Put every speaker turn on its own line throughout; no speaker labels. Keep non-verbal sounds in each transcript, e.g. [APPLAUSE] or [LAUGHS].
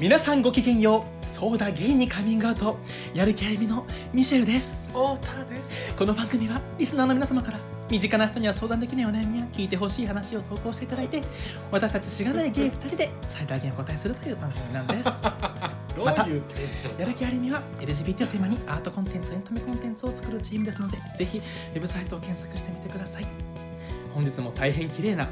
皆さんごきげんようソーダゲイにカミングアウトやる気ありみのミシェルです
太田です
この番組はリスナーの皆様から身近な人には相談できないお悩みや聞いてほしい話を投稿していただいて私たちしがないゲイ2人で最大限お答えするという番組なんです
[LAUGHS] ど
また
ういうテンション
やる気ありみは LGBT をテーマにアートコンテンツエンタメコンテンツを作るチームですのでぜひウェブサイトを検索してみてください本日も大変綺麗な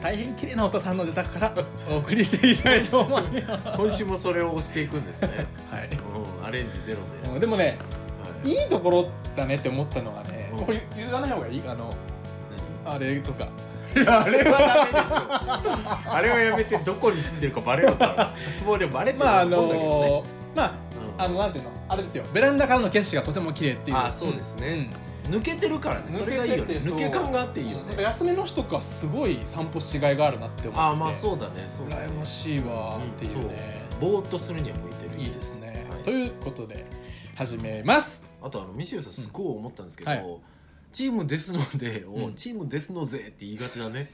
大変綺麗なお父さんの自宅からお送りしていきたいと
[LAUGHS]
思います
今週もそれを押していくんですね
はい
うんアレンジゼロで、
うんでもね
はい
いいところだねって思ったのがね、
うん
これ言わない方がいいあのあれとか
いやあれはダメでしょあれはやめてどこに住んでるかバレるからもうでもバレてる
まああ
と思うんだけどね
のま
うん
ああのなんていうのあれですよベランダからの景色がとても綺麗っていう
あそうですね、抜けてるからねそれがいいよね
抜けててそ
抜
う
け感があって
うん
いいよ
なんか
ね
休みの日とかすごい散歩しがいがあるなって思って
ああまあそうだねそうだね
羨ましいわ
うん
っていうね、
そうぼーっとするには向いてる
いいですね、
はい
ということで始めます
あとあのミシェルさんすごい思ったんですけど、
うんはい
チームですのでを、
うん
チームですのぜって言いがちだね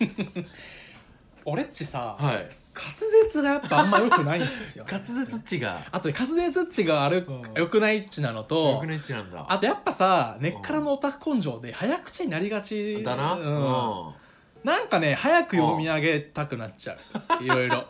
俺っちさ、
[LAUGHS] はい
滑舌がやっぱあんま良くないんで
[LAUGHS]
すよ
滑舌っちが
あと滑舌っちがある
うん
良くないっちなのと
よくねっちなんだ
あとやっぱさ根っからのオタク根性で早口になりがち
だな、
う
うんん
なんかね早く読み上げたくなっちゃういろいろ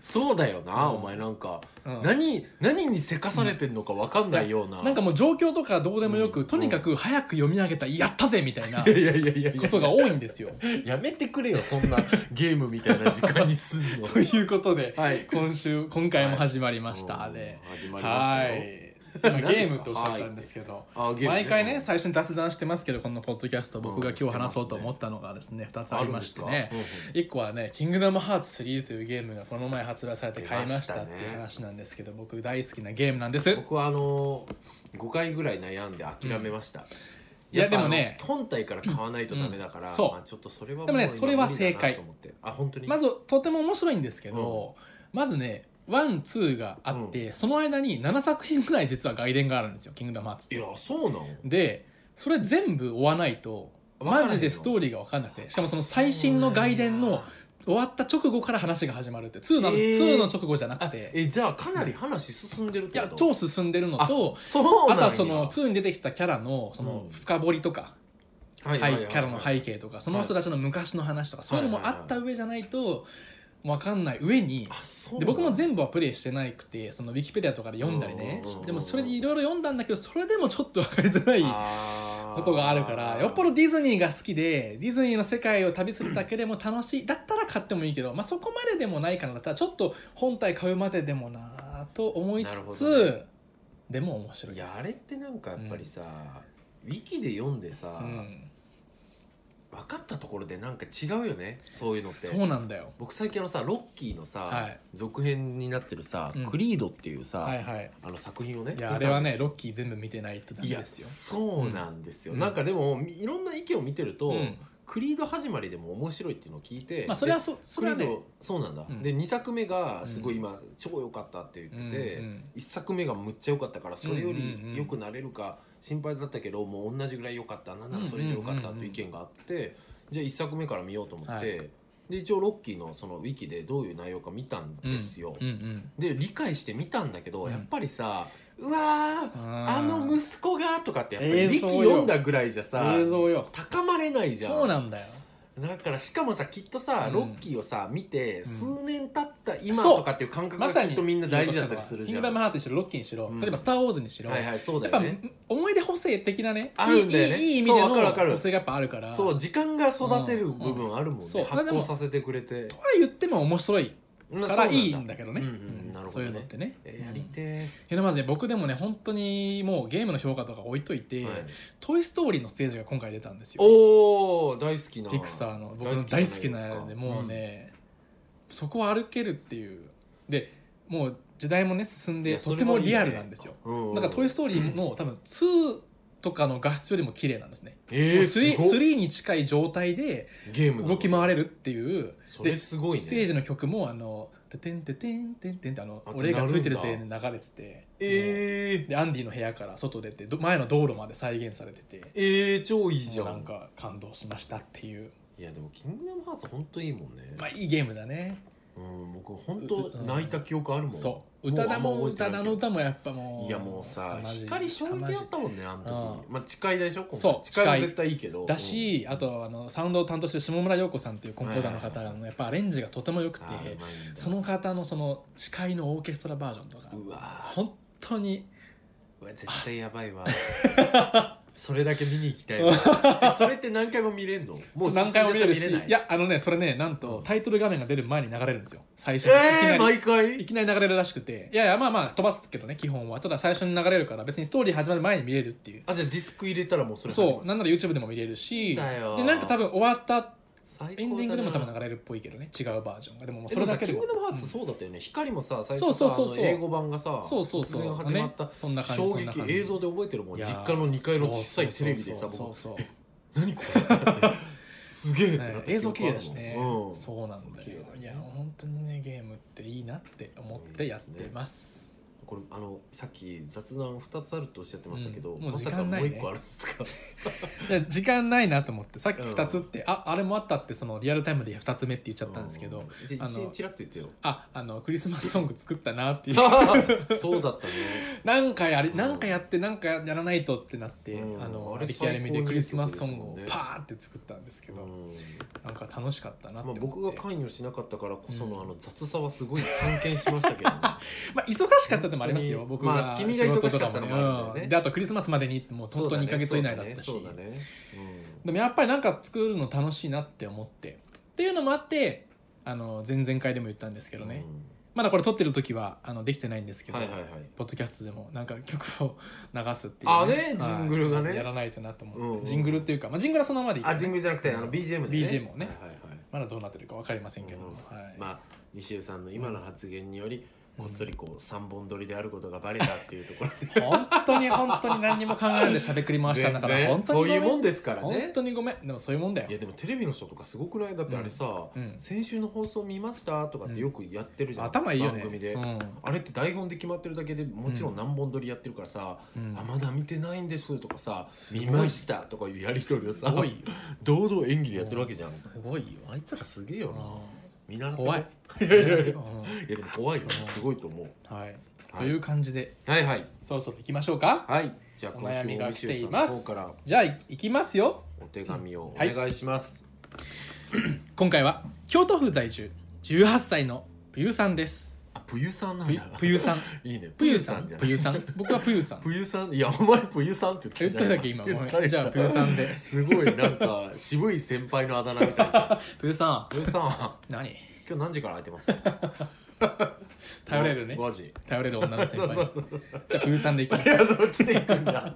そうだよな、
うん
お前なんか、
うん
何何にせかされてんのかわかんないような、
なんかもう状況とかどうでもよく、
うん
とにかく早く読み上げたやったぜみたいない
やいやいやいやいや
ことが多いんですよ
やめてくれよそんなゲームみたいな時間にすん
[LAUGHS]
の
ということで
はい
今週今回も始まりました、
うん
で
始まりま
は
したよ
い今ゲームとおっしゃったんですけど
あゲーム
毎回ね最初に雑談してますけどこのポッドキャスト僕が
うん
今日話そうと思ったのがですね2つありましてね
あるんですか
1個はね「キングダムハーツ3」というゲームがこの前発売されて買いましたって
出まし
いう
たね
話なんですけど僕大好きなゲームなんです
僕はあのー、5回ぐらい悩んで諦めました、
いや
っぱ
でもね
あの本体から買わないとダメだから、
うんそう
まあ、ちょっとそれはもう
でもね
今
それは
無理だな
正解
と思ってあ本当に
まずとても面白いんですけどまずね12があってその間に7作品ぐらい実は外伝があるんですよ「キングダムハーツ」
い
って
や。そうなの
でそれ全部追わないと
わからへん
マ
の
ジでストーリーが分かんなくてしかもその最新の外伝の終わった直後から話が始まるって2の,、
えー
2の直後じゃなく
あ
て
えじゃあかなり話進んでるっ
い
て
や
こと
超進んでるのと
そうな
あ
んや
とはその2に出てきたキャラのその
うん
深掘りとか、
はい
は
はいい
キャラの背景とかその人たちの昔の話とか、そういうのもあった上じゃないと分かんない上に
あそう
で僕も全部はプレイしてなくてそのウィキペディアとかで読んだりね
うんうんうんうん
でもそれでいろいろ読んだんだけどそれでもちょっと分かりづらいこ
こと
があるからよっぽどディズニーが好きでディズニーの世界を旅するだけでも楽しいだったら買ってもいいけど、まあ、そこまででもないからだったらちょっと本体買うまででもなぁと思いつ
なるほ
つ、
ど
でも面白い
い
で
や
す
あれってなんかやっぱりさ、ウィキで読んでさ、
うん、
分かったところでなんか違うよねそういうのって
そうなんだよ
僕最近あのさロッキーのさ、
はい
続編になってるさ、
うん
クリードっていうさ、
はいはい
あの作品をね
いやあれはね
見たん
ロッキー全部見てないとダメ
ですよいや
ですよ
そうなんですよ、
うん
なんかでもいろんな意見を見てると、
うん
クリード始まりでも面白いっていうのを聞いて、
まあそれはそそ
ク
れ
リ
は
ー
ね
ドそうなんだ、
うん
で2作目がすごい今超良かったって言ってて、
うんうん
1作目がむっちゃ良かったからそれよ
うんうんうん
り良くなれるか心配だったけどもう同じぐらい良かったなんならそれ以上良かったという意見があって、じゃあ1作目から見ようと思って、
はい
で一応ロッキーのそのウィキでどういう内容か見たんですよ。
うんうん
で理解してみたんだけど、
うん
やっぱりさ「うわーあの
無
息子が」とかってやっぱり
映
ウィキ
像よ
読んだぐらいじゃさ
映像よ
高まれないじゃん
そうなんだよ
だからしかもさきっとさ、
うん
ロッキーをさ見て、
ん
数年経った今
そう
とかっていう感覚
ま
が
さ
き
に
っとみんな大事だったりする
キ
じ
ン
ゃ
グ
ん。
ダムハーツにしろロッキーにしろ、
うん
例えば「スター・ウォーズ」にしろ、
はいはいそうだ
やっぱ
よね。
思い出補正的なね
あるんだよね
いいいいいい意味で
そ
の
うわかるわかる
補正がやっぱあるから
そう
と
時間が育てる部分あるもんね、
うんそう
発行させてくれて
は言っても面白い
まあ
から
そうなんだ
いいんだけどね
うんうん
うん
なるほどね
そういうのってね
えやり
うん
て
えまずね僕でもね本当にもうゲームの評価とか置いといて
ー、はい
「トイ・ストーリー」のステージが今回出たんですよ
おお大好きな
ピクサーの僕の大好きなやつでもう、ねそこを歩けるっていうでもう時代もね進ん
い
で
やそ
と
れ
ても
もいいね
リアルなんですよ
じゃないですかうん
だから「トイ・ストーリー」の多分2とかの画質よりも綺麗なんですね
え
もう
ー、す
3
ごい
3に近い状態で
ゲームなの
動き回れるっていう
そ
で
れすごいね
ステージの曲も「あのててんててんてんてん」ってあの
あ
俺がついてるせい
なる
で流れてても
え
う
ー、
でアンディの部屋から外出てど前の道路まで再現されてて
えー、超いいじゃん
もうなんか感動しましたっていう
いやでも「キングダムハーツ」本当いいもんね、
まあいいゲームだね
うん、僕本
う
当
うん
泣いた記憶あるもん
そう宇多田も
うあんま
宇
覚え
多
てない
田
け
の
ど
歌もやっぱもう
いやもうさ
凄まじい
光衝撃だったもんねあの時まあ誓いでしょ今回
そう
誓いは
誓い
絶対いいけど
だし、あとあのサウンドを担当してる下村陽子さんっていうコンポーザーの方のやっぱアレンジがとても良く
うん
て
あーうまいんだ
その方のその司いのオーケストラバージョンとか
うわー
本当に
うわ絶対やばいわ [LAUGHS] それだけ見に行きたい
[LAUGHS]
わそれって何回も見れんのもう
何回も見れる
進
し
んじゃって見れない
いやあのねそれねなんとタイトル画面が出る前に流れるんですよ最初に、いき
え
な
ー、
り
毎回
いきなり流れるらしくていやいやまあまあ飛ばすけどね基本はただ最初に流れるから別にストーリー始まる前に見れるっていう
あじゃあディスク入れたらもうそれ
そうなんなら YouTube でも見れるし
だよー
でなんか多分終わった
最高だな
エンディングでも多分流れるっぽいけどね違うバージョンがでももう
えで
そ
も
れ
さ
だけ
キ
で
ン
も
グダムハーツそうだったよね、光もさ最初さ
そうそうそうそう
あの英語版がさ
そうそうそ
突
う
然始まった、
ねそんな感じ
衝
そんな
撃
感じ
映像で覚えてるもん
いや
実
ー
家の2階の小さいテレビでさ
そうそ
僕
うそうそう
何これ [LAUGHS] すげえってなった記憶あるもん、
映像綺麗だしね、
うん、
そうなんだ
綺麗
よ
だね
いや本当にねゲームっていいなって思ってやってます
これあのさっき雑談2つあるとおっしゃってましたけど、
うんもう
ま
時
さか
間
もう
ないね
1個あるんですか
いや時間ないなと思ってさっき
うん
2つって、ああれもあったってそのリアルタイムで2つ目って言っちゃったんですけど、
うじゃあ
あの
一日ラッと言って
[LAUGHS]
よ
ああのクリスマスソング作ったなって [LAUGHS] いう
そうだったね
何回あれ
うん
何回やって何回やらないとってなって、
うん
あの
あれ
出来上がりでクリスマスソング
最高
を
にいい曲ですもんね
パーって作ったんですけ
う
ど、
ん
なんか楽しかったなって
まあ
思って、
僕が関与しなかったからこその,、
うん
あの雑さはすごい散見しました
[LAUGHS]
けどね、
まあ、忙しかったのもありますよ
本当
僕
に
が、
まあ君が忙しかったのもあるんだよね
仕事とかもうんであとクリスマスまでにってもうとうとう2か月以内だったし、
そうだねそうだね
でもやっぱりなんか作るの楽しいなって思ってっていうのもあってあの前々回でも言ったんですけ
うん
どね、
うん
まだこれ撮ってる時はあのできてないんですけど、
はいはいはい
ポッドキャストでもなんか曲を流すっていう、
あね
はい
ジングルがね
やらないとなと思って、
うんうん
ジングルっていうか、まあ、ジングルはそのままでいいけど
あ
ね
ジングルじゃなくてあの BGM で、ね、
BGM をね
はいはいはい
まだどうなってるか分かりませんけど、
うん
はい
まあ西江さんの今の発言により、こっそりこう三本撮りであることがバレたっていうと
[LAUGHS]
ころで
本当に本当に何にも考えないでしゃべくり回したんだから
全然
本当に
そういうもん
で
ですから
本
ね
当にごめんでもそういうもんだよ
いやでもテレビの人とかすごくないだってあれさ、
うんうん
先週の放送見ましたとかってよくやってるじゃん、
頭いいよね
番組で、
うん
あれって台本で決まってるだけでもちろん何本撮りやってるからさ、
うん
あまだ見てないんですとかさ
すごい
見ましたとかいうやり取りをさ
すごいよ
堂々演技でやってるわけじゃん
すごいよ
あいつらすげえよな見習ってこ
怖い
いやいやいやいや
うん
でも怖いよすごいと思う
はいという感じで
はいはい
そろそろ行きましょうか
はいじゃあ
お
今
悩み
週
が
も
来ています
西尾さんの方から
じゃあい行きますよ
お手紙をお
はい
願いします、
今回は京都府在住18歳のぷゆさんです
あぷゆさんな
ぷ
ん
ゆ
だ
ぷゆさん
いいね
ぷゆさん
じゃな
ぷ
い
ゆさん僕はぷゆさん
[LAUGHS] ぷゆさんいやお前ぷゆさんって言
言
っ
って
たじゃ
た
ん
だけ
[LAUGHS]
今ご
言っ
めん
た
じゃあぷゆさんです
ごいなんか渋い先輩のあだ名みたいじゃ
[LAUGHS]
ん
ぷゆさ
ぷゆさん今
ん何
日何時から空いてます
頼
[LAUGHS]
れるね
5時
頼れる女の先輩じゃあぷゆさんでいき
[LAUGHS]
ま
い
す
やそっちで行くんだ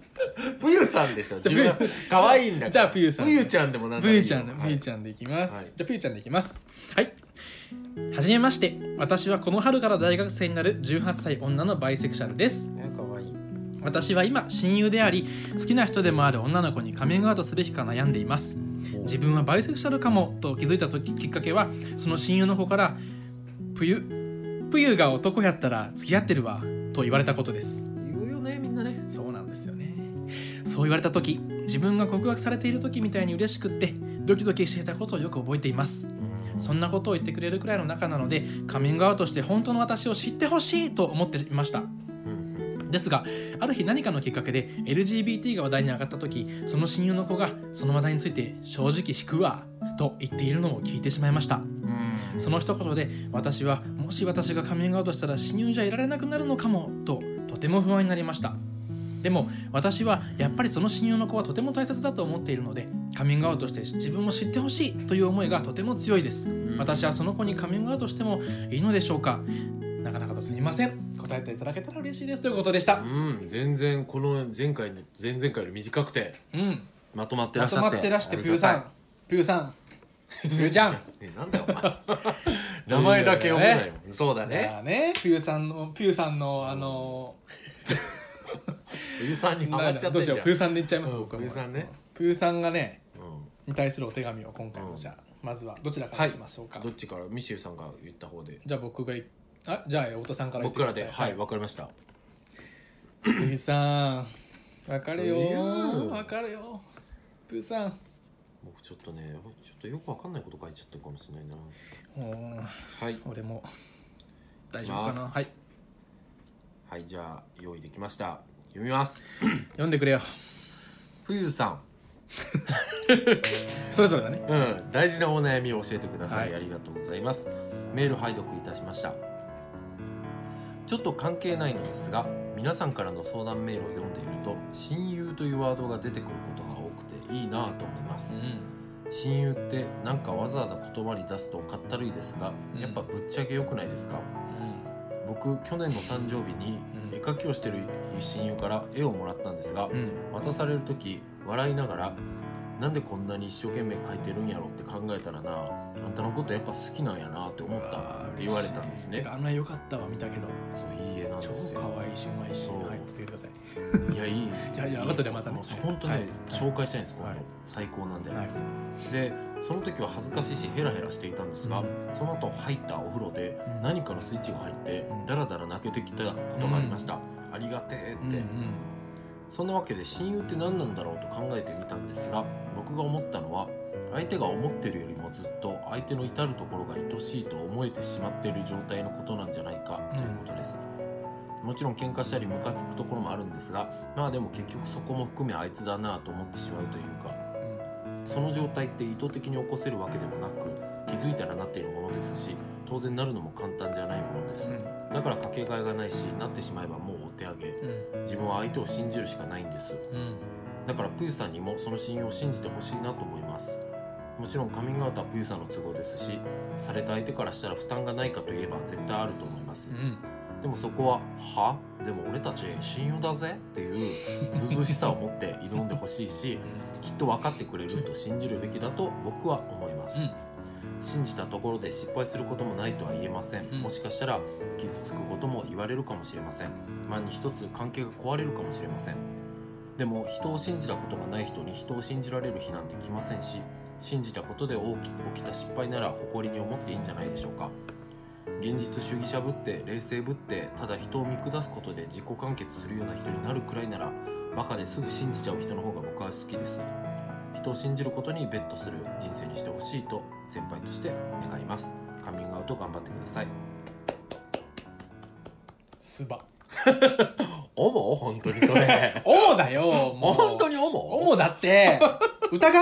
ぷゆさんでしょ
じゃあ
自分可愛いんだから
じゃあぷゆさん
ぷゆちゃんでもなんで
ぷ
もいい
ゆ
よ
ちゃんで
はい
ぷゆちゃんでいきます、
はい
じゃあぷゆちゃんでいきますはいはじめまして私はこの春から大学生になる18歳女のバイセクシャルです
ね可愛い
私は今親友であり好きな人でもある女の子にカミングアウトすべきか悩んでいます自分はバイセクシャルかもと気づいた時きっかけはその親友の子から「ぷゆぷゆが男やったら付き合ってるわ」と言われたことです
言うよねみんなね
そうなんですよねそう言われた時自分が告白されている時みたいに嬉しくってドキドキしていたことをよく覚えていますそんなことを言ってくれるくらいの仲なのでカミングアウトして本当の私を知ってほしいと思っていました
うん
ですがある日何かのきっかけで LGBT が話題に上がった時その親友の子がその話題について正直引くわと言っているのを聞いてしまいました
うん
その一言で私はもし私がカミングアウトしたら親友じゃいられなくなるのかもととても不安になりましたでも私はやっぱりその親友の子はとても大切だと思っているのでカミングアウトして自分を知ってほしいという思いがとても強いです私はその子にカミングアウトしてもいいのでしょうかなかなかとすみません答えていただけたら嬉しいですということでした
うん全然この前回の前々回より短くて
うん
まとまってら
ま
っし
と
ゃって
まってらして
あ
ぷ
りが
ゆ
た
さ
い
んぷゆさんぷゆちゃん
えなんだよお前名前だけ呼ぶなよそうだ
ね
ね
あねぷゆさんのぷゆさんのあの
ぷゆさんにハマっちゃって
どうんし
じゃ
よ
ん
うプーさんでいっちゃいます、
うん
僕は
ぷゆさんね
プーさんがね
う
に対するお手紙を今回
う
も
ん
じゃあ、まずはどちらからいきましょうか、
んどっちからミシェルさんが言った方で
じゃあ僕がいあじゃあ太田さんから言って
僕
く
ら
ださい
ではいわかりました
プーさんわかる
プー
よわかるよプーさん
僕ちょっとねちょっとよくわかんないこと書いちゃったかもしれないな
おー
はい
俺も大丈夫
い
か
き
な
ます
はい
はいじゃあ用意できました読みます
読んでくれよ
冬さん
それぞれだね
うん、大事なお悩みを教えてください、
はい
ありがとうございますメール拝読いたしましたちょっと関係ないのですが皆さんからの相談メールを読んでいると親友というワードが出てくることが多くていいなぁと思います
ん
親友ってなんかわざわざ断り出すとかったるいですが
うん
やっぱぶっちゃけ良くないですか、僕去年の誕生日に
うん
絵描きをしてる親友から絵をもらったんですが、
うんうん
渡される時笑いながら「なんでこんなに一生懸命描いてるんやろ」って考えたらなあんたのことやっぱ好きなんやなって思ったって言われたんです
て
ね
かあの絵良かったわ見たけど
そういい絵なん
超
ですよ
可愛いしうまいし
そう
はいつけてください
いやいい
いやいや後でまたね
もう本当ね、
はい
紹介したいんです今度、
はい
最高なんであいつ、でその時は恥ずかしいしヘラヘラしていたんですが、
うん
その後入ったお風呂で
うん
何かのスイッチが入って
うん
ダラダラ泣けてきたことがありました、ありがてえって、
うんうん
そんなわけで親友って何なんだろうと考えてみたんですが僕が思ったのは相手が思ってるよりもずっと相手の至るところが愛しいと思えてしまっている状態のことなんじゃないかということです、もちろん喧嘩したりムカつくところもあるんですがまあでも結局そこも含めあいつだなぁと思ってしまうというかその状態って意図的に起こせるわけでもなく気づいたらなっているものですし当然なるのも簡単じゃないものです、だからかけがえがないしなってしまえばもうお手上げ
うん
自分は相手を信じるしかないんです
うんうん
だからプーさんにもその信用を信じてほしいなと思いますもちろんカミングアウトはプーさんの都合ですしされた相手からしたら負担がないかといえば絶対あると思います
うん
でもそこは「はでも俺たち信用だぜ」っていうずうずうしさを持って挑んでほしいしきっと分かってくれると信じるべきだと僕は思います信じたところで失敗することもないとは言えません、
うん
もしかしたら傷つくことも言われるかもしれません万に一つ関係が壊れるかもしれませんでも人を信じたことがない人に人を信じられる日なんて来ませんし信じたことで起き起きた失敗なら誇りに思っていいんじゃないでしょうか現実主義者ぶって冷静ぶってただ人を見下すことで自己完結するような人になるくらいならバカですぐ信じちゃう人の方が僕は好きです人を信じることにベットする人生にしてほしいと先輩として願いますカミングアウト頑張ってください
すば
おも本当にそ
[LAUGHS]
れ
おだよもう
本当にお
お
も
もだって歌が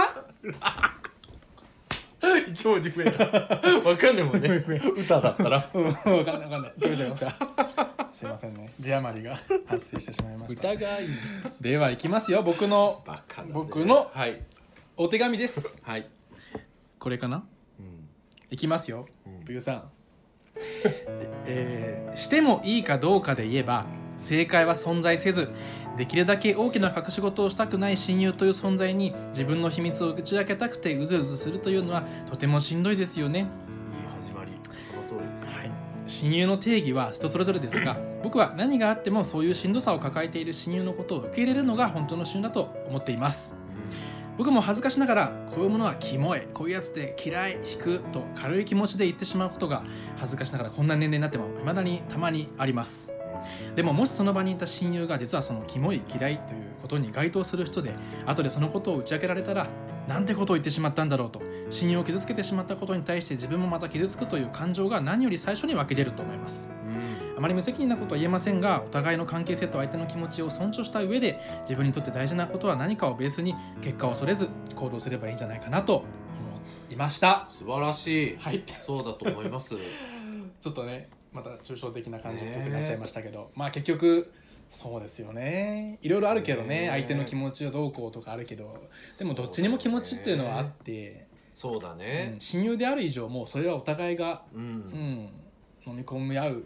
一応自分わかんないもんね歌だったら
うん分かんない分かんないどうしたどうしたすいませんね字余りが発生してしまいました
がいい
では行きますよ僕の
バカだね
僕の
はい
お手紙です
はい
これかな
うん
いきますよ
うん
冬さん [LAUGHS] えーしてもいいかどうかで言えば正解は存在せずできるだけ大きな隠し事をしたくない親友という存在に自分の秘密を打ち明けたくてうずうずするというのはとてもしんどいですよね
いい始まりその通りです
はい、親友の定義は人それぞれですが僕は何があってもそういうしんどさを抱えている親友のことを受け入れるのが本当の親友だと思っています僕も恥ずかしながらこういうものはキモいこういうやつって嫌い引くと軽い気持ちで言ってしまうことが恥ずかしながらこんな年齢になっても未だにたまにありますでももしその場にいた親友が実はそのキモい嫌いということに該当する人で後でそのことを打ち明けられたらなんてことを言ってしまったんだろうと親友を傷つけてしまったことに対して自分もまた傷つくという感情が何より最初に湧き出ると思いますあまり無責任なことは言えませんがお互いの関係性と相手の気持ちを尊重した上で自分にとって大事なことは何かをベースに結果を恐れず行動すればいいんじゃないかなと思いました
素晴らしい、
はい
そうだと思います
ちょっとねまた抽象的な感じっぽくなっちゃいましたけど、まあ結局そうですよねいろいろあるけどね
ね
相手の気持ちをどうこうとかあるけど [LAUGHS] でもどっちにも気持ちっていうのはあって、
そうだ
う
ね
ん親友である以上もうそれはお互いが、
うん、
うん、飲み込み合う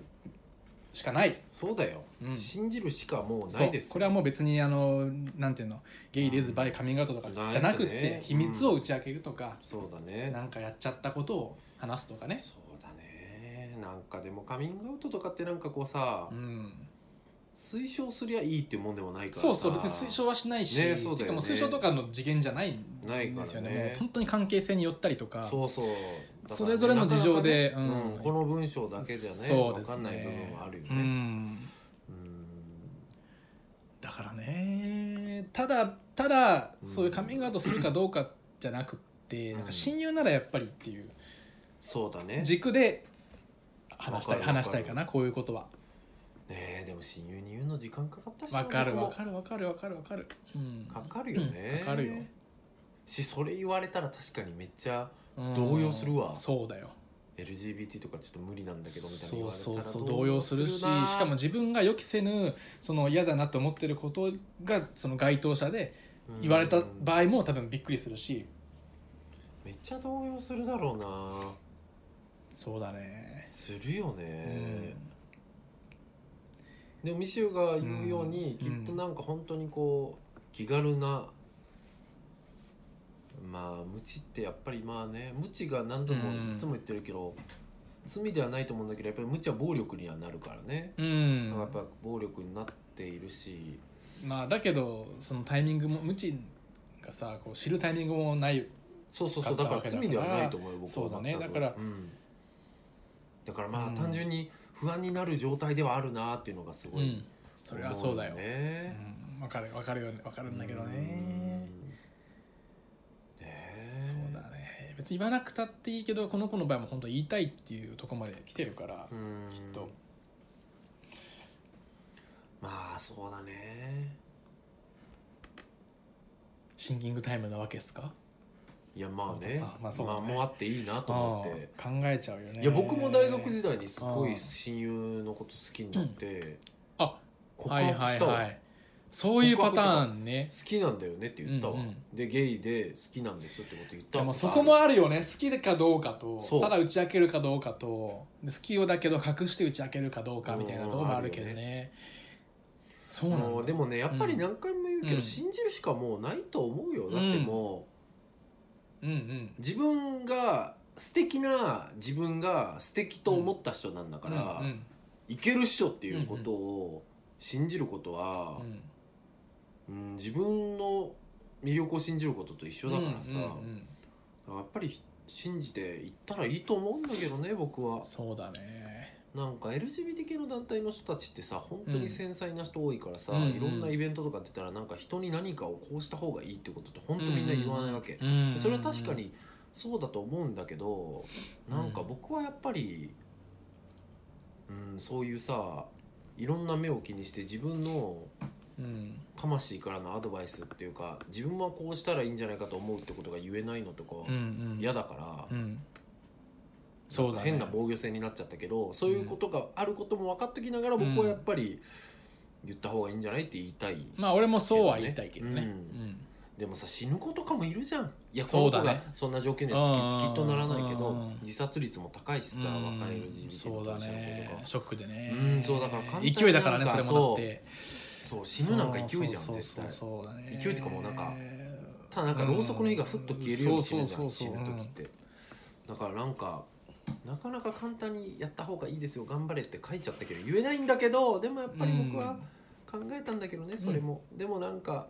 しかない
そうだよ、
うん
信じるしかもう
そ
な
う
いです
これはもう別にあのなんていうのゲイレズバイカミングアウトとかじゃなくっ
ないよ
て
ね
秘密を打ち明けるとか、
そうだね
なんかやっちゃったことを話すとかね
そうだねなんかでもカミングアウトとかってなんかこうさ、
うん
推奨すりゃいいってもんでもないからさ
そうそう別に推奨はしないし、
ねそうだよね
てかもう推奨とかの次元じゃないん
ないか
で
ら
すよね
ね
もう本当に関係性によったりとか
そうそうだから
それぞれの事情で
なかなかね
うん
うんこの文章だけじゃね
そう
分
です
か
ね
んない部分はあるよ
う
ね
ん
うん
だからねただただそういうカミングアウトするかどうかっじゃなくって、
うん
なんか親友ならやっぱりっていう
そうだね
軸で話したい
わかる
話したいかなこういうことは
ねえでも親友に言うの時間かかったしな
わかる
僕も
わかるわかるわかるわかる、うん、
かかるよね、
うんかかるよ
しそれ言われたら確かにめっちゃ
うん
動揺するわ
そうだよ
LGBT とかちょっと無理なんだけどみたいな言
そう
われた
そ
ら
うそう動揺するしし
な
かも、自分が予期せぬその嫌だなと思ってることがその該当者で
うん
言われた場合も多分びっくりするし、
めっちゃ動揺するだろうな
そうだね、
するよね、
うん
でもミシューが言うように、
うん
きっとなんか本当にこう気軽なまあ無知ってやっぱりまあね無知が何度も
うん
いつも言ってるけど、罪ではないと思うんだけどやっぱり無知は暴力にはなるからね、
うん
だからやっぱ暴力になっているし
まあだけどそのタイミングも無知がさこう知るタイミングもない
そうそうそう
買
だ
っ
から
たわけだから
罪ではないと思うよ僕は
そうだね
全く
だから
うんだからまあ、
うん
単純に不安になる状態ではあるなっていうのがすごい、
うんそれはそうだよ、
思
う
ね
ん、分かる分かるよね分かるんだけどね、
うんね
そうだね別に言わなくたっていいけどこの子の場合も本当言いたいっていうとこまで来てるから、
うん
きっと
まあそうだね
シンキングタイムなわけですか
いやまあね
まあまあそうだね
もうあっていいなと思って
ああ考えちゃうよね
いや僕も大学時代にすご
あ
い
あ
親友のこと好きになって
あ
告
は
白
いは
し
い
たわ、
はいそういうパターンね
好きなんだよねって言ったわ、
うんうん
でゲイで好きなんですってこと言っ
い
た
やま
わ
あそこもあるよね好きかどうかと
そう
ただ打ち明けるかどうかとで好きをだけど隠して打ち明けるかどうかみたいなとこもあるけどね,、
うん
そうなんだ
もうでもねやっぱり何回も言うけど、
うん
信じるしかもうないと思うよだっても
うんうん
う自分が素敵な自分が素敵と思った人なんだから、
うんうん
いけるっしょっていうことを信じることは
う、ん
うん、自分の魅力を信じることと一緒だからさ、
うんうん
やっぱり信じていったらいいと思うんだけどね僕
う
は
んそうだね
なんか LGBT 系の団体の人たちってさ本当に繊細な人多いからさ、
うん
いろんなイベントとか出たらなんか人に何かをこうした方がいいってことって本当みんな言わないわけ、
うんうんうん
それは確かにそうだと思うんだけどなんか
うん
僕はやっぱり、うん、そういうさいろんな目を気にして自分の
うん
魂からのアドバイスっていうか自分はこうしたらいいんじゃないかと思うってことが言えないのとか
うんうん
嫌だから、
うんそうだね
変な防御戦になっちゃったけどそういうことがあることも分かっときながら僕はやっぱり言った方がいいんじゃないって言いたい、
まあ俺もそうは言いたいけどね
うんでもさ死ぬ子とかもいるじゃんいやこ
そ
の
うだ
子
ね
がそんな条件でつき
うん
つきっとならないけ
う
ど
ん
自殺率も高いし
うん
さ若い
うん
LGBT
そうだ
の当事者の子と
ね
か
ショックでね
うんそうだから簡単に
勢いだからね
なん
そ
か
れもだって
そう死ぬなんか勢いじゃん
そう
絶
そう
対
そうそうだね
勢いっていうかもうなんかただなんかろうそくの火がふっと消えるように死ぬじゃ
うんんそ
死
うそう
ぬ
そうそう
時ってだからなんかなかなか簡単にやった方がいいですよ頑張れって書いちゃったけど言えないんだけどでもやっぱり僕は考えたんだけどねそれも、でもなんか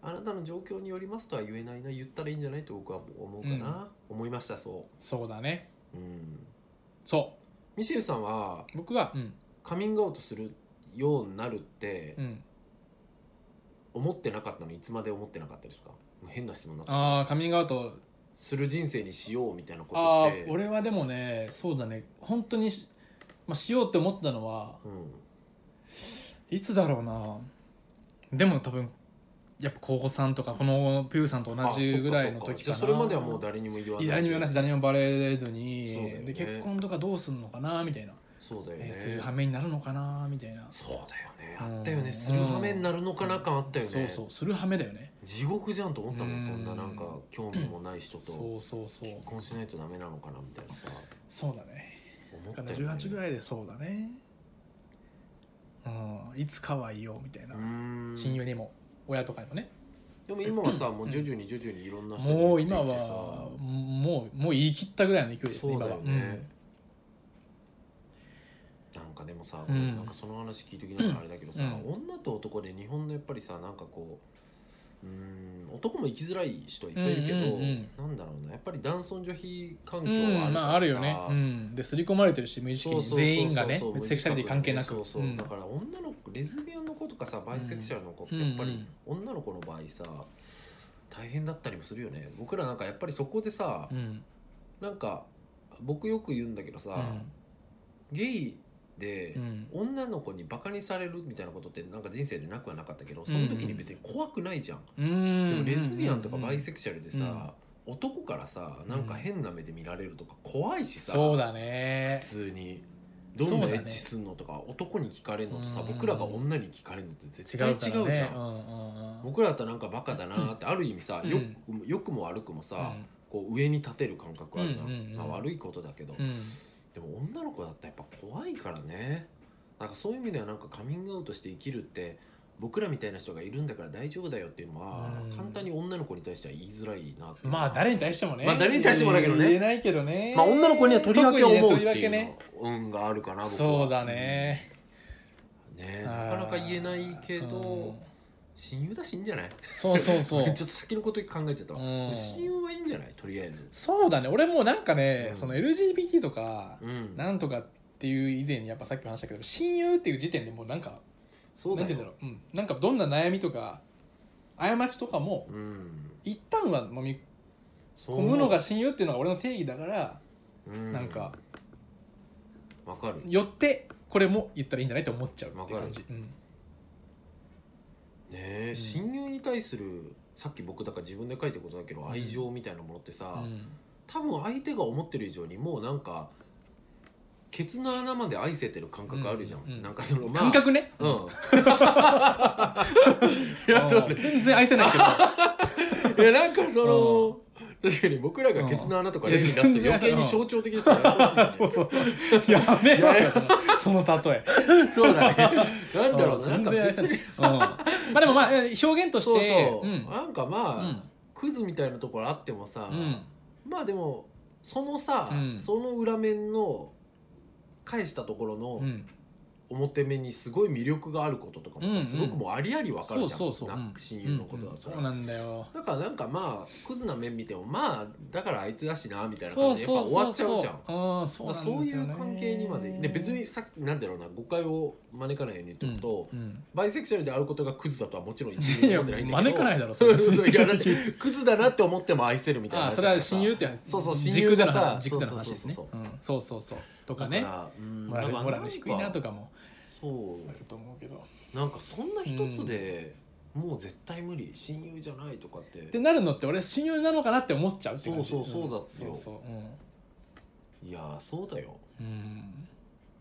あなたの状況によりますとは言えないな言ったらいいんじゃないと僕は思うかな、思いましたそ
そうだね
う、うん、
そ
ミシェルさんは
う僕はうん
カミングアウトするようになるって
うん
思ってなかったのいつまで思ってなかったですか変な質問になった
ああカミングアウト
する人生にしようみたいなこと
ああ
って
俺はでもねそうだね本当にし,、まあ、しようって思ったのは
うん
いつだろうなでも多分やっぱ候補さんとかこのピューさんと同じぐらいの
あそっかそっか
時か
じゃ
な
あそれまではもう誰にも言わない
いや誰にも言わないし誰にもバレ
そ
ず
うだ
に、
よね
で結婚とかどうすんのかなみたいな、
そうだよ
え
ね、
ーする羽目になるのかなみたいな、
そうだよねあったよね、
うん
する羽目になるのかな感あったよね、
そうそうする羽目だよね
地獄じゃんと思ったもん、
うん
そんななんか興味もない人と
そうそうそう
結婚しないとダメなのかなみたいなさ
そうだね
思
な
っ
んか
た
ね
よ、ね、
18ぐらいでそうだねうんいつかは言おうみたいな、
うん
親友にも親とかにもね
でも今はさもう徐々に徐々にいろんな人に
もう今
言っていってさ
はもうもう言い切ったぐらいの勢いですね
そう
今
だよ
は、
ね、なんかでもさ、
うん
なんかその話聞いときながらあれだけどさ、
うん
女と男で日本のやっぱりさなんかこううーん男も生きづらい人いっぱいいるけど、
うんうんうん
なんだろうなやっぱり男尊女卑環
う
境
ん
はあるからさ、
まああるよね、うん、で刷り込まれてるし無意識
そう
に
そうそうそう
全員がね
そうそう
別にセクシャリティ関係なく
そうそう
うん
だから女の子レズビアンの子とかさバイセクシャルの子ってやっぱり、女の子の場合さ大変だったりもするよね僕らなんかやっぱりそこでさ、
うん
なんか僕よく言うんだけどさ、ゲイで、
うん
女の子にバカにされるみたいなことってなんか人生でなくはなかったけどその時に別に怖くないじゃん、
うん
でもレズビアンとか
うんうん
バ
うん
イセクシャルでさ、男からさなんか変な目で見られるとか怖いしさ、
そうだ
普
ね
通にどんなエッチすんのとか、男に聞かれるのとさ、
うん
僕らが女に聞かれるのって絶
違う
対違う
か
じゃ
ら
ん、
ねうんうんうん
僕らだとなんかバカだなーってある意味さ、
うん
よくよくも悪くもさ、こう上に立てる感覚あるな、
うんうんうん
まあ、悪いことだけど、
うんうん
でも女の子だったらやっぱ怖いからねなんかそういう意味ではなんかカミングアウトして生きるって僕らみたいな人がいるんだから大丈夫だよっていうのは、
うん
簡単に女の子に対しては言いづらいなって
まあ誰に対してもね
まあ誰に対してもだけどね
言えないけどね
まあ女の子にはとりわけ思う
特
って
にねとりわ
い
け
う
ね
運があるかな僕は
そうだね
ねなかなか言えないけど、
うん
親友だしいいんじゃない
そうそうそ
[LAUGHS] ちょ
う
っと先のこと考えちゃったわ、
うん
親友はいいんじゃないとりあえず
そうだね俺もうなんかね、
うん
その LGBT とか、
うん
なんとかっていう以前にやっぱさっきも話したけど親友っていう時点でもうなんか
そうだ
なん
よ
て言うんだろう、うん、なんかどんな悩みとか過ちとかも
うん
一旦は飲み
そう
込
思う
むのが親友っていうのが俺の定義だから
うん
なんか
わかる
よってこれも言ったらいいんじゃないって思っちゃうっていう
わか
感
る
じ、うん、
ねえ、
うん
親友に対するさっき僕だから自分で書いてることだけど、
ん
愛情みたいなものってさ、
うん
多分相手が思ってる以上にもうなんかケツの穴まで愛せてる感覚あるじゃん、
うんうん
なんかそのまあ
感覚ね、
うん
うん [LAUGHS]
いやそうね
全然愛せない
[LAUGHS]
けど
いやなんかその確かに僕らがケツの穴とかレズに出すと余計に象徴的ですよね
そうそう。やめろよ、その [LAUGHS] その例え。
そうだね。なんだろうな、なん
全
か
然愛
別
せない。
に。 [LAUGHS]
うんまあでもまあ、表現とし
そう
て
そ、
う
う、
ん
なんかま
う
あ、
ん
クズみたいなところあってもさ、
うん
まあでもそのさ、
うん
その裏面の返したところの
うん
表面にすごい魅力があることとかもさ、
うんうん
すごくもうありありわか
そ
る
う
じゃん、
そうそう。う
なん親友のことだ
うん
か
そ
ら。
うなんだよ。
だからなんかまあクズな面見てもまあだからあいつだしなみたいな
そ
感
う
じでやっ
そう
ぱ終わ
そう
っちゃ
そうう
じゃん。
うん。そ
だか
う
らそう
なんで
い
すよ
う
ね
関係にまでで別にさっきなんだろうな誤解を招かないように言っ
う
てお
ん
くと、
うん
バイセクシャルであることがクズだとはもちろん一
い
理
や
も思ってないんだけど
招かないだろそ
そ
れは
う [LAUGHS] そうそういやだってクズだなって思っても愛せるみたいな
ああ
話
そ
だから
れは親友って
そうそう親
軸
友
で
が
の
さ
話軸での話
そ
で
う
す
そう
ね
そうそう
うんそうそうそうとか
だ
ね
からうん
モラル
だから
モラル低いなと
か
かも
そ
あると思うけど
うなんかそんな一つで、もう絶対無理親友じゃないとかって
ってなるのって俺親友なのかなって思っちゃうって感じ
そうそうそうだってよ
んそうそう
いやーそうだよ
うん、うん、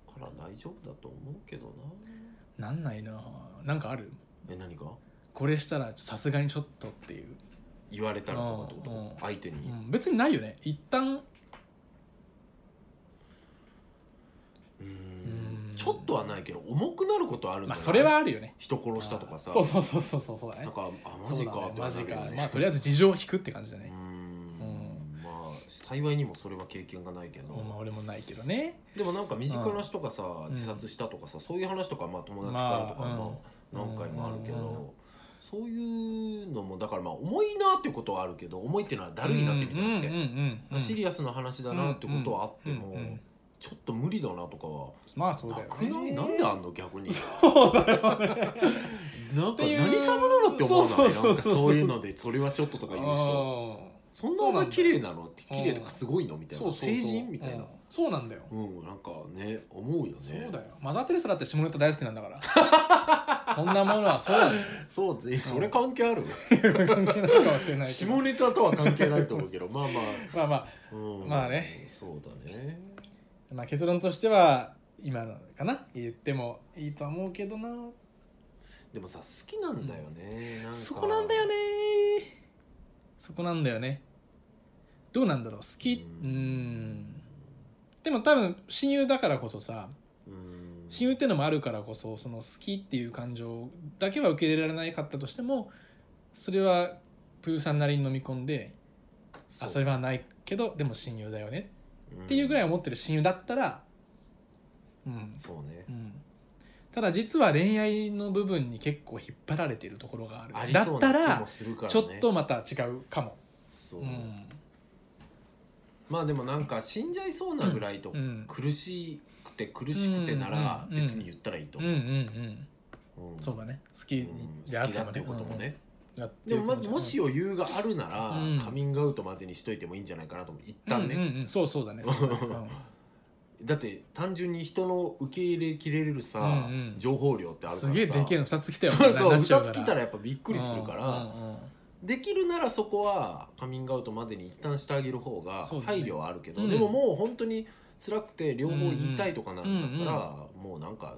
から大丈夫だと思うけどな
なんないななんかある
え何が
これしたらさすがにちょっとっていう、
言われたらとかってこと、
うんうん
相手に、
うん、別にないよね一旦
うーん
うん
ちょっとはないけど重くなることはあるん
ま
だ
あそれはあるよね
人殺したとかさ
そうそうそうそうそうそうだね
なんかあマ
そ
ジ
うだ
か
ね
って
マ
なる
ジ
よね
かまあとりあえず事情を引くって感じだ
うー
ね、
んまあ幸いにもそれは経験がないけど、
まあ俺もないけどね
でもなんか身近な人がさ、
ん
自殺したとかさそういう話とかまあ友達からとかも
まあうん
何回もあるけど、
うん
そういうのもだからまあ重いなっていうことはあるけど重いっていうのはだるいなって意味じゃなくて、
うんうんうんうん
シリアスな話だなってことはあっても、
うんうんうん
ちょっと無理だなとかは
まあそう
な
だよ、ね、
くない、なんであんの逆に
そうだよね
なんか
っていう
何様なのって思うな
そうそうそうそう
なんかそういうのでそれはちょっととか言う人そんなお前綺麗なのって
うん
綺麗とかすごいのみたい
そうそう
な成
そう
人みたい
うん
な
そうなんだよ、
うんなんかね思うよ
そう
ね
だよマザー・テレサだって下ネタ大好きなんだから [LAUGHS] そんなものはそうだよ
そうえそれ関係ある
関係ないかもしれないけど
下ネタとは関係ないと思うけど [LAUGHS] まあま
まあまあ
あうん
まあね
そうだね
まあ結論としては今のかな言ってもいいとは思うけどな
でもさ好きなんだよねなんか
そこなんだよねそこなんだよねどうなんだろう好きう
うん
ーんでも多分親友だからこそさ
うん
親友ってのもあるからこそその好きっていう感情だけは受け入れられなかったとしてもそれはプーさんなりに飲み込んであそれはないけどでも親友だよね
うん
っていうぐらい思ってる親友だったらうん、
そうね
うん、ただ実は恋愛の部分に結構引っ張られているところがある
あり
だ
そ
っ
う
た
な気
ら
もするからね
ちょっとまた違うかも、
そううんまあでもなんか死んじゃいそうなぐらいと
うん、
苦しくて苦しくてなら
うんうん
別に言ったらいいと
うんうん
思う
うん
うん
そうだね好き
う
に
ん
出
好
会っ
き
て
だ
も
って
ね
こともね
やって
で
る
も、ま、
気ち
もし余裕があるなら、
うん
カミングアウトまでにしといてもいいんじゃないかなと思う一
うん
旦ね、
うんうんそうそうだね
[LAUGHS]
そうだねうん
だって単純に人の受け入れきれるさ、
うんうん
情報量ってあるからさ
すげえでけえの2つ来たよ
そうそう
なっちゃ
2つ来たらやっぱびっくりするから、
うんうんうん
できるならそこはカミングアウトまでに一旦してあげる方が
そうだね
配慮はあるけど、
うん
でももう本当に辛くて両方言いたいとかなんだったら、もうなんか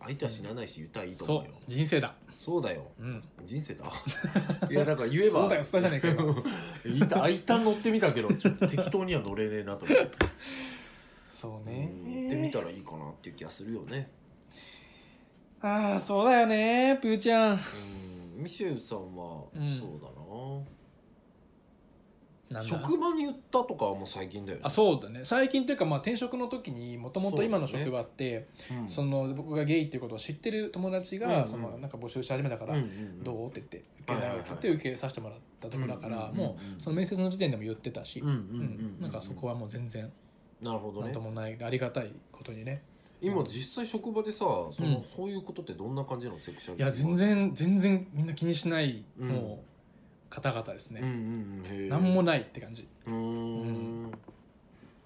相手は死なないし言ったらいいと
そ
思
う
うよ、
人生だ
そうだよ
うん
人生だ [LAUGHS] いやだから言えば
そうだよスタじゃねえかよ
一旦一旦乗ってみたけどちょっと適当には乗れねえなと思って、
そう
うん乗ってみたらいいかなっていう気がするよね
ああそうだよねプーちゃん
うんミシェルさんは、
うん
そうだ
な
なん
だ
職場に言ったとかはもう最近だよね
あそうだね最近というかまあ転職の時にもとも
そう
と
だね
今の職場って
うん
そ,、の僕がゲイっていうことを知ってる友達
うんうん
がそのなんか募集し始めたか
うんうん
ら
うん、
どうって言って受けない
はい
わけ
はいはい
って受けさせてもらったところだから
うんうんうん
もうその面接の時点でも言ってたし
うんうん
う
うんん
なんかそこはもう全然
なるほど
なん
ね
ともないありがたいことにね
今実際職場でさその、
うん
そういうことってどんな感じのセクシャル
いや全然全然みんな気にしない
うん
もう方々です
うんう
ね、
んうんへえ
なん、何もないって感じ
うーん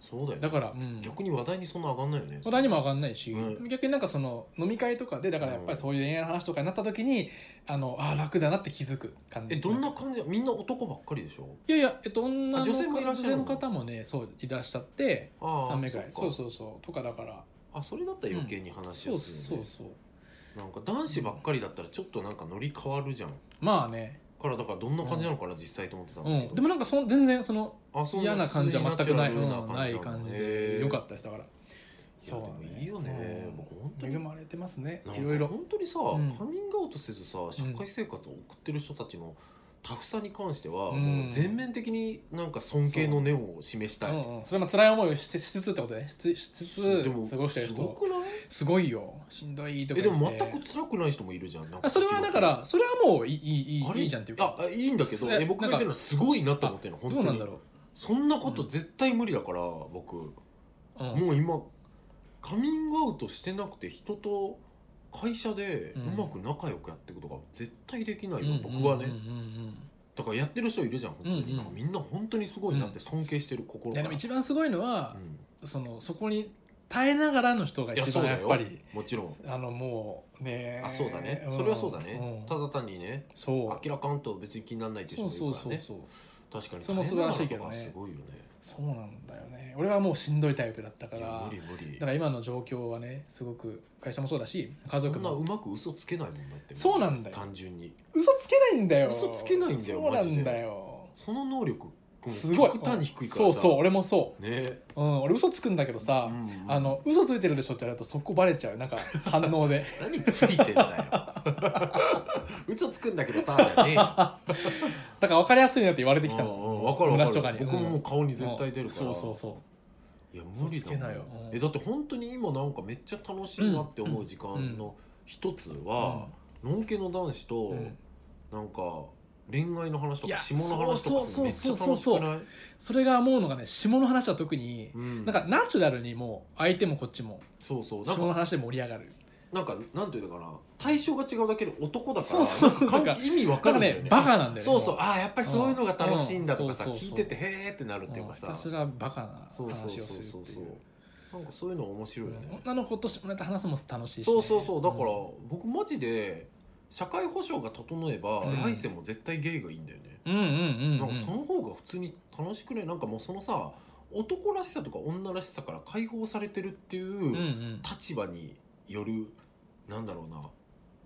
そうだよね
だから、うん、
逆に話題にそんな上がんないよね
話題にも上がんないし、
うん
逆になんかその飲み会とかでだからやっぱりそういう恋愛の話とかになった時にあのあー楽だなって気づく感じ
えどんな感じみんな男ばっかりでしょ
いやいや、えっと、女の
あ女性もいらっしゃるの
女性の方もねそういらっしゃって
ああ
3名ぐらいそう
う
そうそうとかだから
あそれだったら余計に話し
そう
やすい
そ
よね
う、そう
なんか男子ばっかりだったらちょっとなんか乗り変わるじゃん
まあね、
からだからどんな感じなのかな、実際と思ってたん
う
だけど、
ん、でもなんかそん全然その
あそん
嫌な感じは全くない、
普通にナチ
うん
ュ
な
ラル
い
な
感じ
へ
で
え
よかったですだから
いやでもいいよね、
うん
僕本当に
恵まれてますね
なんか
いろいろ
本当にさ、
うん
カミングアウトせずさ社会生活を送ってる人たちのタフさに関しては、
うん
もう全面的になんか尊敬の念を示したい、
うんうん、それも辛い思いをししつつってことねしつ [LAUGHS] しつつ
でも
過ごしてる
すご
人
くない
すごいよしんどいとか
えで
言って
も全く辛くない人もいるじゃんなん
あそれはだからそれはもういいいい
あ
い
れ
いいじゃんっていうか
あいいんだけど
す
え僕が言ってるのはすごいなと思ってるの本
ど
当
う
に
なんだろ
そんなこと絶対無理だから、僕も
う、うん
う今カミングアウトしてなくて人と会社でうまく仲良くやっていくとか絶対できないよ、僕はね、
うんうんうん
だからやってる人いるじゃん普通に、
うんうん
なんかみんな本当にすごいなって尊敬してる
うん
心
い
か
や
ら、
で
う
も
ん、
一番すごいのは、そのそこに耐えながらの人が
いや
一
そう
番
だ
や
よ
っぱり
もちろん
あのもうね
あそうだね、
ん
それはそうだね、
うん
ただ単にね
そう
明らかんと別に気にならないっていう人
そうそ
もいうるか
そ
ら
う
ね
そう
確かに
それも素晴らしいけどね
大変なのとかすごいよね
そうなんだよね俺はもうしんどいタイプだったか
いや
ら
無理無理
だから今の状況はねすごく会社もそうだし家
そ
族
んなう
も
まく嘘つけないもんだって
そうなんだよ
単純に
嘘つけないんだよ
嘘つけないんだよ
そうな
マ
ん
ジ
だ
で
よ
その能力
すごい
極端に低いから
そうそう
う
俺もそ
ね
う、うん、俺嘘つくんだけどさ、
うんうん
あの嘘ついてるでしょってやるとそこバレちゃうなんか反応で [LAUGHS]
何ついてんだよ嘘つくんだけどさだよね
だから分かりやすいなって言われてきた
うんうん
もん
わかるわ
友
か
達
る
とか
僕
に
ももう
うん
顔に絶対出るから、
そうそうそ
いや無理
嘘つけ
だ
な
もん
ようん
えだって本当に今なんかめっちゃ楽しいなって思う時間の一つは、ノンケの男子
う、
と
うん
なんか恋愛の話と
い
か
や
下の話とか
そう
め
そう
っちゃ
そ
楽
うそう
し
そう
くない
それが思うのがね下の話は特に、
うん
なんかナチュラルにもう相手もこっちも
そうそうな
下
んか
の話で盛り上がる
なんかなんていうのかな対象が違うだけで男だから
そうそうそう
なんか
なん
意味わ
な
かるん
んか
だよね
ねバカなんだよね
そうそう
も
ああやっぱりそういうのが楽しいんだとかさ、
うんうん
聞いててへーってなるっていう
うん
か
ひ
さ、
たすらバカな
そうそう
話
そう
をするっ
そう
て
そ
いうう
なんかそういうの面白いよね、
うん女の子と下ネタ話すのも楽しいしね、
そうそうそうだから、
ん
僕マジで社会保障が整えば、
うん
来世も絶対ゲイがいいんだよね、
うんうんうんうん、
なんかその方が普通に楽しくねなんかもうそのさ男らしさとか女らしさから解放されてるってい
うんう
うん立場による、なんだろうな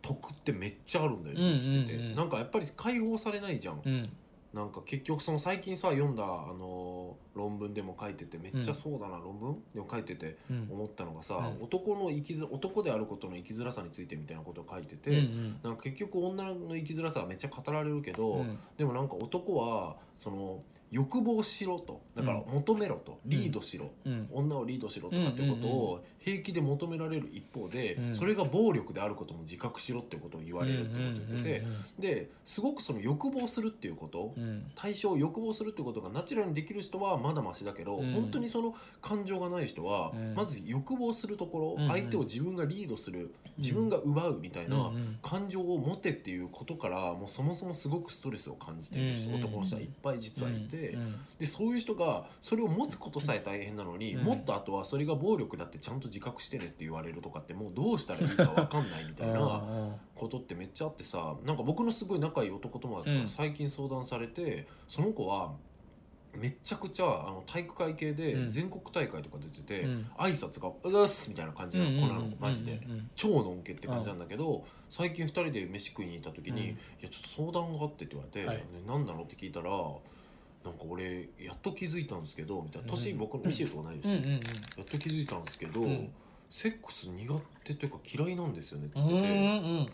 得ってめっちゃあるんだよ
うんうんう
ね
ん
生きてて、なんかやっぱり解放されないじゃん、
うん
なんか結局その最近さ読んだあの論文でも書いててめっちゃそうだな、論文でも書いてて
うん
思ったのがさ、
うん
男の生きづ男であることの生きづらさについてみたいなことを書いてて、
うんうん
なんか結局女の生きづらさはめっちゃ語られるけど、
うん
でもなんか男はその欲望しろとだから求めろと、
ん
リードしろ、
うん
女をリードしろとかってこと
うんうん
を平気で求められる一方で、
うん
それが暴力であることも自覚しろってことを言われるってことを言ってて、ですごくその欲望するっていうこと、
うんうんうん
対象を欲望するってことがナチュラルにできる人はまだマシだけど、
うん
本当にその感情がない人は、
うん
まず欲望するところ、
うんうん
相手を自分がリードする自分が奪うみたいな、
うんうん
感情を持てっていうことからもうそもそもすごくストレスを感じている人
うんうん
男の人はいっぱい実はいて、
うんうん
でそういう人がそれを持つことさえ大変なのに、
うん
もっとあとはそれが暴力だってちゃんと自覚してねって言われるとかってもうどうしたらいいか分かんないみたいな
あ
ことってめっちゃあってさなんか僕のすごい仲いい男友達か
うん
ら最近相談されて、その子はめっちゃくちゃあの体育会系で
うん
全国大会とか出てて、
ーうん
挨拶が「うざっす」みたいな感じの子なの、マジで。
うんうんうん
超のんけって感じなんだけど最近2人で飯食いに行った時に「
うん
いやちょっと相談があって」って言われて「
はい
ね何なの?」って聞いたら「なんか俺やっと気づいたんですけど」みたいな年
うん
僕のミシェルと同じです
うんう
よ、
んうん
やっと気づいたんですけど、
うん
セックス苦手というか嫌いなんですよねって
う
言ってて、
んうん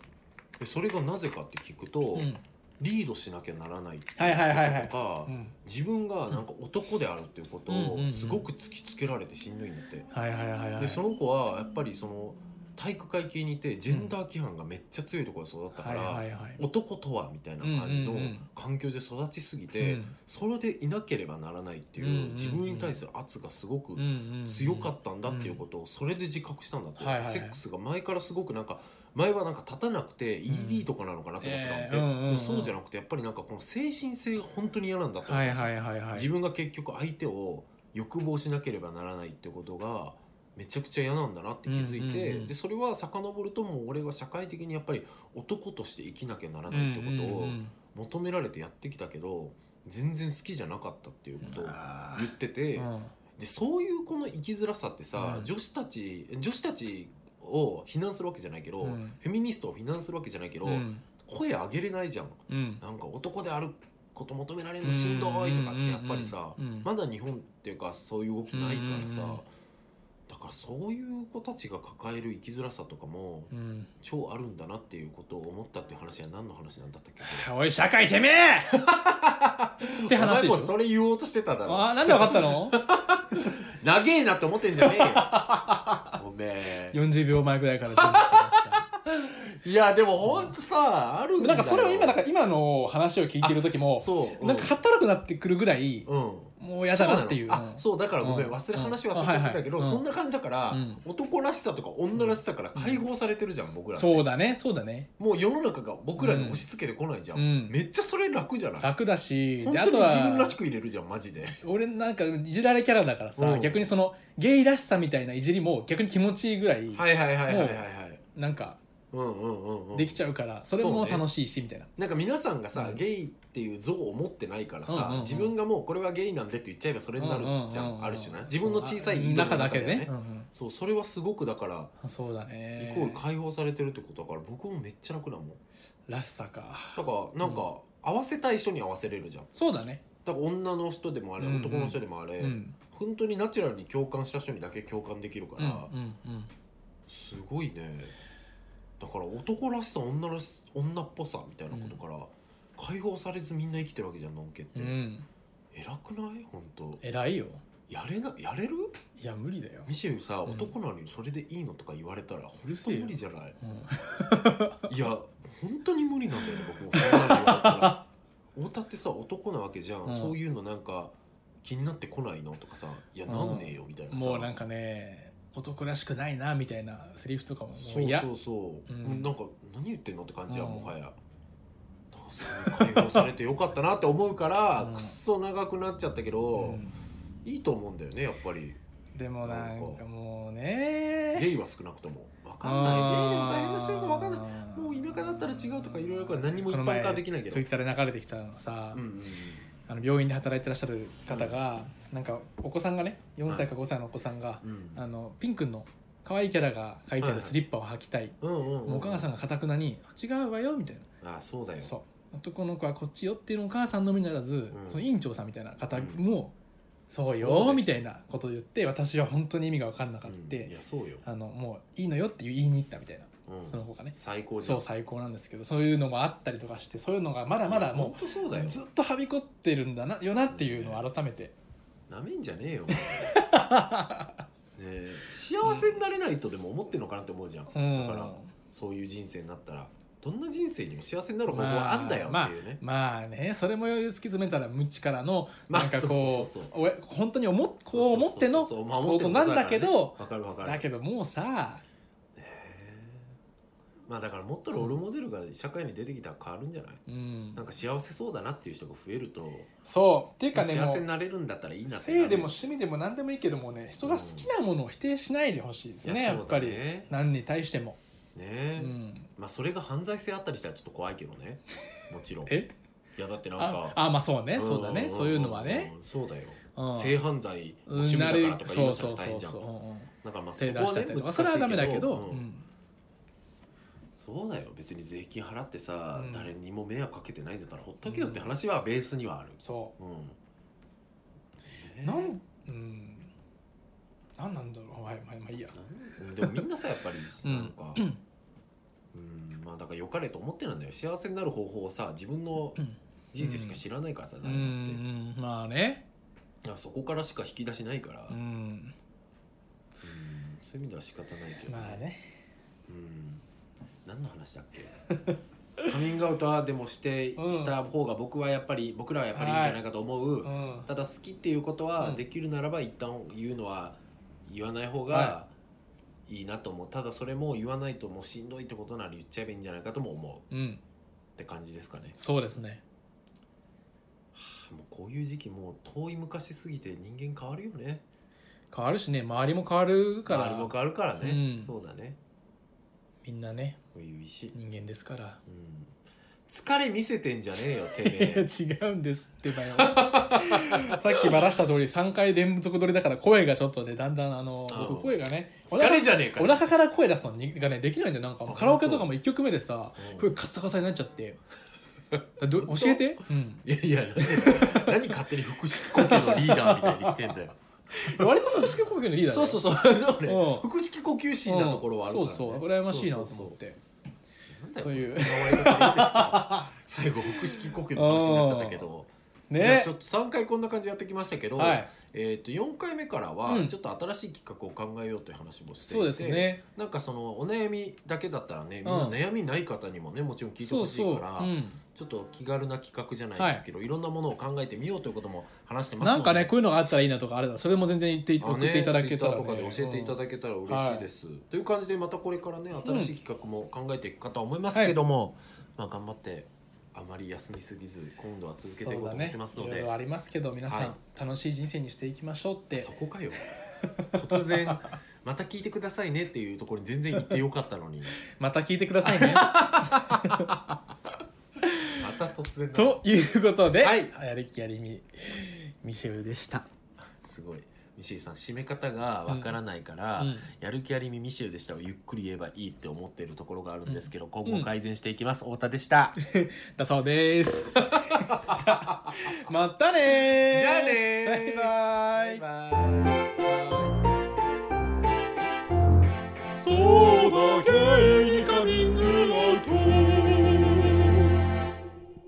でそれがなぜかって聞くと、
うんうん
リードしなきゃならないっていう
はいはいはいは
こ
い
ととか、
うん
自分がなんか男であるっていうこと
うんうんう
を
ん
すごく突きつけられてしんどいんだって。
はいはいはいはい
でその子はやっぱりその体育会系にいてジェンダー規範がめっちゃ強いところで育ったか
はい
ら、
はいはい
男とはみたいな感じの
うんうんうん
環境で育ちすぎて、
うん
それでいなければならないっていう,、
うんうんうん
自分に対する圧がすごく強かったんだっていうことをそれで自覚したんだって、
はいはいはい
セックスが前からすごくなんか前はなんか立たなくて ED とかなのかなと思ってたんで、
ええうんうんうん
でもそうじゃなくてやっぱりなんかこの精神性が本当に嫌なんだと思っ
は
て
いはいはいはい
自分が結局相手を欲望しなければならないってことがめちゃくちゃ嫌なんだなって気づいて、
うんうんうん
でそれは遡るともう俺が社会的にやっぱり男として生きなきゃならないってこと
うんう
を
んうん
求められてやってきたけど全然好きじゃなかったっていうことを言ってて、
うん
でそういうこの生きづらさってさ、
うん
女子たち女子たちを非難するわけじゃないけど、
うん
フェミニストを非難するわけじゃないけど、
うん
声上げれないじゃん。
うん
なんか男であること求められるのしんどいとかってやっぱりさ、
うんうんうんうん
まだ日本っていうかそういう動きないからさ、
うんうんうん
だからそういう子たちが抱える生きづらさとかも
うん
超あるんだなっていうことを思ったっていう話は何の話なんだったっけ
おい社会て
[LAUGHS]
めえって話で
お前も
しょ
それ言おうとしてただろ
あなんでわかったの
長えなって思ってんじゃね
[LAUGHS]
えよおめえ
?40 秒前ぐらいから準備してました
いやでもほんとさあるん [LAUGHS] だ
なん
よ
かそれを今だから今の話を聞いてる時も
そう、う
なんか働くなってくるぐらい
うん
もう嫌だなっていう
そなのあそうだからごめん、
うん
忘れ話忘れちゃってたけど、
うんはいは
そん
い
な感じだから、
うん
男らしさとか女らしさから解放されてるじゃん、僕ら
そうだねそうだね
もう世の中が僕らに押し付けてこないじゃん、
うん
めっちゃそれ楽じゃない
楽だし
本
で
当
あ
に
とは
自分らしく入れるじゃんマジで
俺なんかいじられキャラだからさ、
うん
逆にそのゲイらしさみたいないじりも逆に気持ちいいぐらい
はいはいはいはいはいはい
なんか
うんうんうんうん
できちゃうからそれも楽しいしみたいな、
なんか皆さんがさ、
うん
ゲイっていう像を持ってないからさ、
うんうんうん
自分がもうこれはゲイなんでって言っちゃえばそれになるじゃん,、
うううう
ある種な自分の小さい井戸
中だけでね、
よ
うん
そうそれはすごくだから、
うんそうだ
イ
ね
コール解放されてるってことだから僕もめっちゃ楽だもん
らしさか
だからなんか、
う
合わせたい人に合わせれるじゃん
そうだね
だから女の人でもあれ、
うんうん
男の人でもあれ、
うん
本当にナチュラルに共感した人にだけ共感できるか
うんう
ら、
んうん
すごいねだから男らしさ女らし女っぽさみたいなことから、解放されずみんな生きてるわけじゃんのんけって、
うん
偉くない本当
偉いよ
やれなやれる
いや無理だよ、
ミシェルさ、
うん
男なのにそれでいいのとか言われたら本
うるせ
当
えよ
無理じゃない
うん
いや本当に無理なんだよね僕もそんなの言われた
[LAUGHS]
ら太田ってさ男なわけじゃん、
うん
そういうのなんか気になってこないのとかさ「いや
うん
なんねえよ」みたいなさ、
もうなんかね男らしくないなみたいなセリフとかもも
そうう
嫌
そうそう、
うん
なんか何言ってんのって感じや、
うん
もはやだからそれ解放されてよかったなって思うから、
うん
くっそ長くなっちゃったけど、
うん
いいと思うんだよねやっぱり
でもなんかもう
ゲ
ね
イは少なくとも分
わ
かんないねでも大変な人が分かんないもう田舎だったら違うとかいろいろから何も一般化できないけど
ツイッターで流れてきたのがさ、
うんうん
あの病院で働いてらっしゃる方が、なんかお子さんがね4歳か5歳のお子さんが、
うんうん
あのピンクの可愛いキャラが書いてあるスリッパを履きたい、
うんうんうん
もうお母さんがかたくなに「違うわよ」みたいな
あそうだよ
そう男の子はこっちよっていうのお母さんのみならず、
うん
その院長さんみたいな方
うん
も「そう
そう
よ
で」す
みたいなことを言って私は本当に意味が分かんなかっ
うん
た、
いやそうよ
あのもういいのよって言いに行ったみたいな
うん
その他ね
最高
そう最高なんですけどそういうのもあったりとかしてそういうのがまだまだも
本当そうだよ
うずっとはびこってるんだなよなっていうのを改めて
なめんじゃね
[LAUGHS]
えよねえ幸せになれないとでも思ってるのかなって思うじゃん、
うん
だからそういう人生になったらどんな人生にも幸せになる方法はあんだよっていうね、
まあねそれも突き詰めたら無知からの
まあ
なんかこ
そうそう
うおや本当に思っこう思っての
そうそうそうそう
ことなんだけど
まあ思ってることだからねわ、かるわかる
だけどもうさ
ねえまあだからもっとロールモデルが社会に出てきたら変わるんじゃない、
うん
なんか幸せそうだなっていう人が増えると
そうっていうかね
幸
も
せに
う
なれるんだったらいいなってな
性
る
でも趣味でも何でもいいけどもね人が好きなものを否定しないでほしいですね
い
や
そう
っ
だ
ぱ
ね
り
ね
何に対しても、う
え
ん、
まあそれが犯罪性あったりしたらちょっと怖いけど
[LAUGHS]
ねもちろんい
え
やだってなん
あ
か
あまあそうね
ん
そうだね
ん
そういうのはね
うんそうだよ
うん
性犯罪の
う
趣味
ん
だ
な
か
れ
らとか言い
そ
出
う
した
そ
ら大
うそ
変
う
じゃん
そううんうん
だからまあそ
手出
こは
しちゃ
ね
ったり
難
とか
しい
それはダメだけど、
うん
うん
そうだよ別に税金払ってさ、
うん
誰にも迷惑かけてないんだったらほっとけよって話はベースにはある、
そ
うん
う [LAUGHS] なんうんなんなんだろうはいまあまあいいや
なんでもみんなさやっぱり
うん
なんか、うんまあだから良かれと思ってなんだよ幸せになる方法をさ自分の
うん
人生しか知らないからさ、
う
誰だって、い
んまあね
やそこからしか引き出しないから、
う
うん
ん
そういう意味では仕方ないけど、
まあね
うん何の話だっけ [LAUGHS] カミングアウトはでもして、
うん
した方が僕はやっぱり僕らはやっぱりいいんじゃないかと思う、
うん
ただ好きっていうことは
うん
できるならば一旦言うのは言わない方が
はい
いいなと思う、ただそれも言わないともうしんどいってことなら言っちゃえばいいんじゃないかとも思う
うん
って感じですかね
そうですね
はあもうこういう時期もう遠い昔すぎて人間変わるよね
変わるしね周りも変わるか
周りも
ら
変わるからね、
うん
そうだね
みんなね
こういう石、
人間ですから
うん、疲れ見せてんじゃねえよてめ
いや
え
違うんですってばよ [LAUGHS] さっきばらした通り3回連続撮りだから声がちょっとねだんだんあの
あ
僕声がねお
疲
腹
れじゃねえか
お
よ
腹から声出すのにがねできないんでなんか
あ
カラオケとかも1曲目でさ
うん
声カッサカサになっちゃってど教えて、うん、
いやいや何何勝手に腹式呼吸のリーダーみたいにしてん
[LAUGHS]
だよ
割と腹式呼吸のリーダーだ
そ
よ
うそうそうそうね
うん
腹式呼吸シーンなところはあるから、ね
うんそうそう羨ましいなと
そう
思っ
そう
て
そうなんだよ [LAUGHS]
という
この可愛い方でいいですか最後腹式呼吸の話になっちゃったけど、じゃあ
ね
ちょっと3回こんな感じでやってきましたけど、
はい
えー、と4回目から
う
は
ん
ちょっと新しい企画を考えようという話もしていて、
そうですね
なんかそのお悩みだけだったらねみん
う
なん悩みない方にもねもちろん聞いて
そ
ほ
う
しい
そ
から
う、うん、
ちょっと気軽な企画じゃないですけど、い、ろんなものを考えてみようということも話してますの
な
で
んかねこういうのがあったらいいなとかあれだそれも全然言って送っていただけた
ね、Twitter
ら、
とかで教えていた
け
だけたら嬉しいです、という感じでまたこれからね新しい企画も考えていくかとは思いますけども、まあ頑張ってあまり休みすぎず今度は続けてい
そ
こ
う
うと
だ
思っ
ね
てます
い
の
ろ
で
い
そ,、
ろありますけど皆さん、
はい
楽しい人生にしていきましょうって
こかよ突然また聞いてくださいねっていうところに全然言ってよかったのに
また聞いてくだ
[LAUGHS]
さいね
また突然だ
ということで、
はい
やる気やりみミシェルでした、
すごいミシェルさん締め方がわからないから、
うん
やる気ありみミシェルでしたをゆっくり言えばいいって思ってるところがあるんですけど、今後改善していきます、太田でした
だそうです
[LAUGHS]
じゃあまたねー
じゃあねー
バイバイ
バイバイ